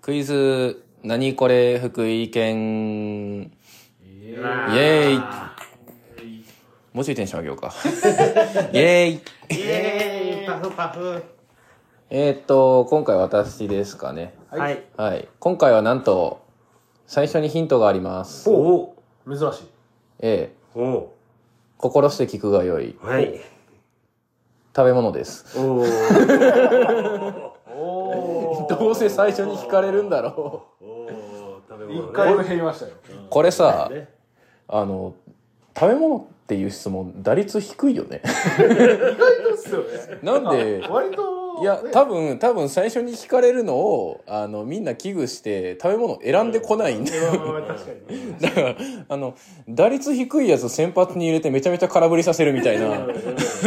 クイズ、何これ、福井県、イエーイもうちょいテンション上げよう か。イエーイイエーイパフパフえーっと、今回私ですかね。はい。はい。今回はなんと、最初にヒントがあります。お珍しい。ええ、おお心して聞くがよい。おはい。食べ物です。おおどうせ最初に聞かれるんだろお食べ一物ね。回目減りましたよ。う。これさ、ねあの、食べ物っていう質問、打率低いよ ね。ですよね。なんで、割と、いや、多分、多分最初に聞かれるのを、あの、みんな危惧して、食べ物選んでこないんで。まあまあまあ確か に。だから、あの、打率低いやつ先発に入れてめちゃめちゃ空振りさせるみたい な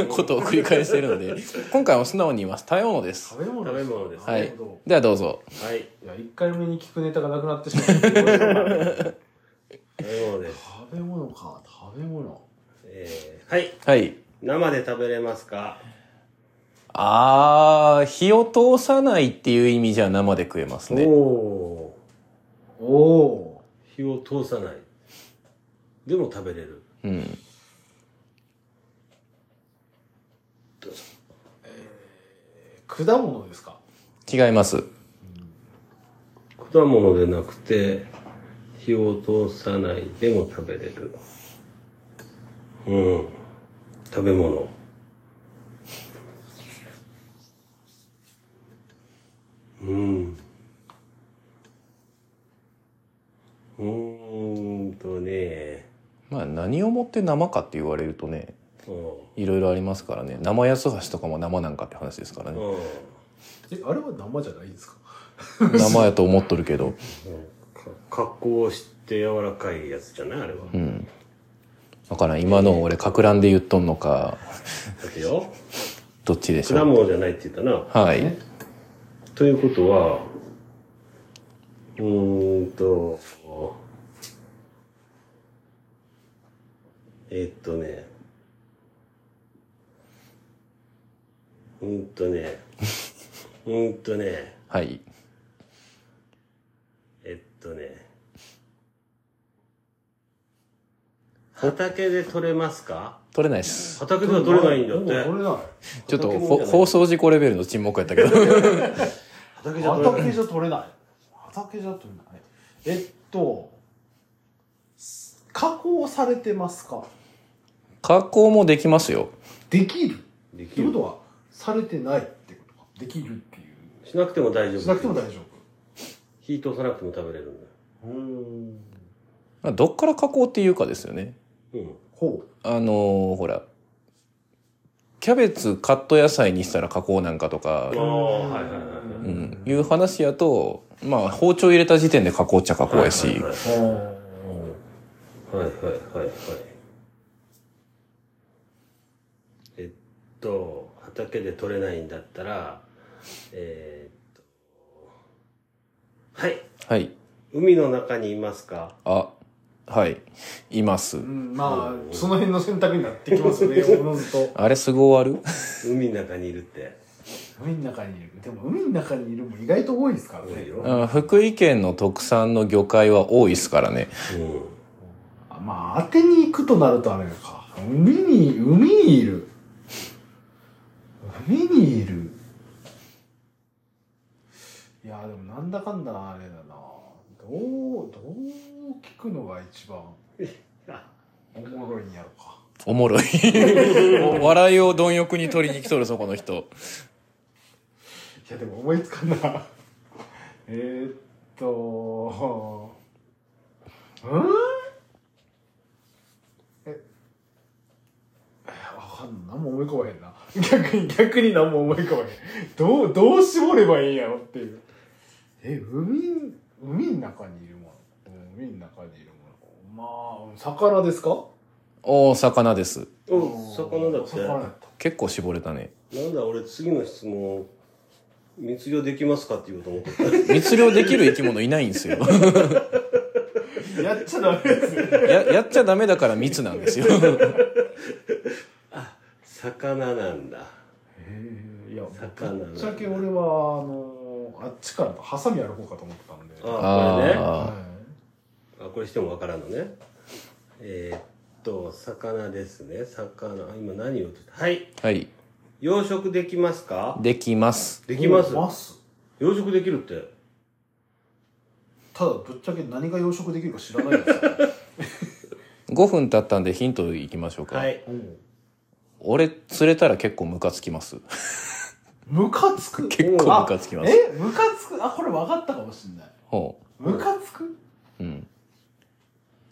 ことを繰り返してるので、今回も素直に言います。食べ物です。食べ物食べ物ですはね。い。ではどうぞ。はい。いや、一回目に聞くネタがなくなってしまった。食食べ物です。べ物か、食べ物。えーはい。はい。生で食べれますかあー、火を通さないっていう意味じゃ生で食えますね。おおお火を通さない。でも食べれる。うん。ー。果物ですか違います。果物でなくて、火を通さない。でも食べれる。うん。食べ物。うん。うーんとね。まあ、何をもって生かって言われるとね、ういろいろありますからね。生安橋とかも生なんかって話ですからね。ん。うん。え、あれは生じゃないんですか生やと思っとるけど。か加工して柔らかいやつじゃないあれは。うん。わからん。今の俺、かく乱で言っとんのか、だってよ。どっちでし果ょう。物じゃないって言ったな。はい。ねということは、うーんと、えっとね、うーんとね、うーんとね、はい。えっとね、畑で取れますか取れないです。畑では取れないんだっもうて。取れない。ちょっと畑もほじゃない放送事故レベルの沈黙やったけど。 畑じゃ取れない。畑じゃ取れない。畑じゃ取れない。えっと、加工されてますか加工もできますよ。できるでっきてることは、されてないってことか。できるっていう。しなくても大丈夫。しなくても大丈火通さなくても食べれるんだよ。夫。うん。まあどっから加工っていうかですよね。うん。ほ。あのーほら、キャベツカット野菜にしたら加工なんかとかあ、あ、はいはいはいはい。うん、いう話やと、まあ、包丁入れた時点で加工っちゃ加工やし、はいはいはいうほはいはいはいはい。えっと、畑で取れないんだったら、えーっと、はい。はい。海の中にいますかあ、はい。いますう。ん、まあ、その辺の選択になってきますよ ね、おのずと。あれ、すぐ終わる海の中にいるって。海の中にいる。でも、海の中にいるも意外と多いですから多いね。よ。あ福井県の特産の魚介は多いですからね。うん。あまあ、当てに行くとなるとあれか。海に、海にいる。海にいる。いや、でもなんだかんだあれだな。どう、どう聞くのが一 番おもろいんやろか。おもろい。 笑いを貪欲に取りに来とる、そこの人。いや、でも思いつかんな。 えーっと、うんえ、えわかんない。何も思い浮かばへんな。逆に、逆に何も思い浮かばへん。どう、どう絞ればいいんやろっていう。え、海、海の中にいるもの。うん海の中にいるもの。まあ、魚ですかお魚です。お、魚だっ魚やて。った。結構絞れたね。なんだ俺次の質問、密漁できますかって言おうと思ってた。密漁できる生き物いないんですよ。 やっちゃダメですね。や、やっちゃダメだから密なん ですよ。魚なんだ。えーいや、魚ぶっちゃけ俺は、あのあっちからとハサミある方かと思ってたんで。あこれねあはあこれしてもわからんのねえーっと魚ですね魚あ今何を言ってたはいはい。養殖できますかできます。いできますます。養殖できるってただ、ぶっちゃけ何が養殖できるか知らないですよ。 5分経ったんでヒントいきましょうか。はいうん俺、釣れたら結構ムカつきます。 ムカつく結構ムカつきますあえムカつくあ、これ分かったかもしんない。ほムカつくう。うん。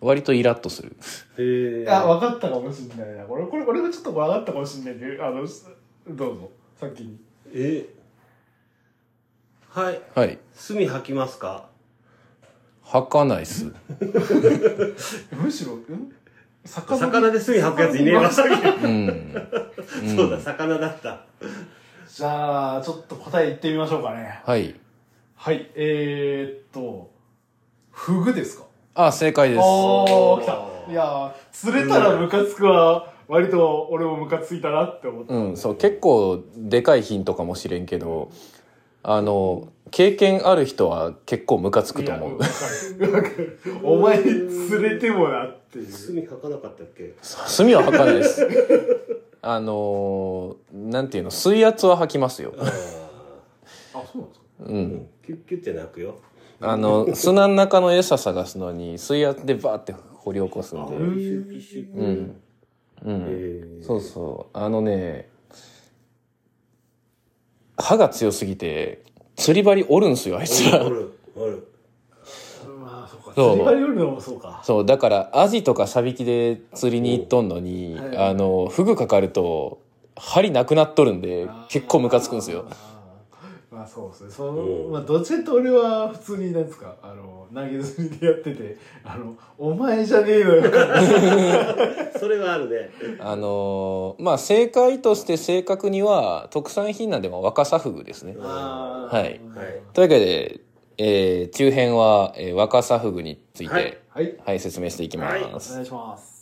割とイラッとする。へえあ、分かったかもしんないな。これ、これ、俺もちょっと分かったかもしんないけど、あの、すどうぞ、先に。えはいはい。墨吐きますか吐かないっす。むしろ、うん魚魚で墨吐くやついねえわ魚うん。そうだ魚だったじゃあ、ちょっと答え言ってみましょうかね。はい。はい、えー、っと、フグですかあ、正解です。おおーー、来た。いやー、釣れたらムカつくは、割と俺もムカついたなって思った。うん、そう、結構でかいヒントかもしれんけど、あの、経験ある人は結構ムカつくと思うい。 やわかるわかるお前釣れてもなっていう。墨吐かなかったっけ墨は吐かないです。あのー、なんていうの、水圧は吐きますよ。あああ、そうなんですかうん。キュッキュッて泣くよあの、砂の中の餌探すのに、水圧でバーって掘り起こすん一で。瞬一瞬うん。うん。えそうそう。あのね、歯が強すぎて、釣り針折るんすよ、あいつー、あら。るあるまあ、そうか。そう釣り針よりのもそうか。そう、だから、アジとかサビキで釣りに行っとんのに、はいあの、フグかかると、針なくなっとるんで、結構ムカつくんですよ。あー。まあそうですね。そのうんまあどっちかって俺は普通になんですか、あの、投げ釣りでやってて、あの、お前じゃねえのよ。 それはあるねあのーまあ、正解として正確には、特産品なんでも若さフグですね。あーはいはいというわけで、えー中編は、えー若さフグについて、はいはい。はい、説明していきます。はいお願いします。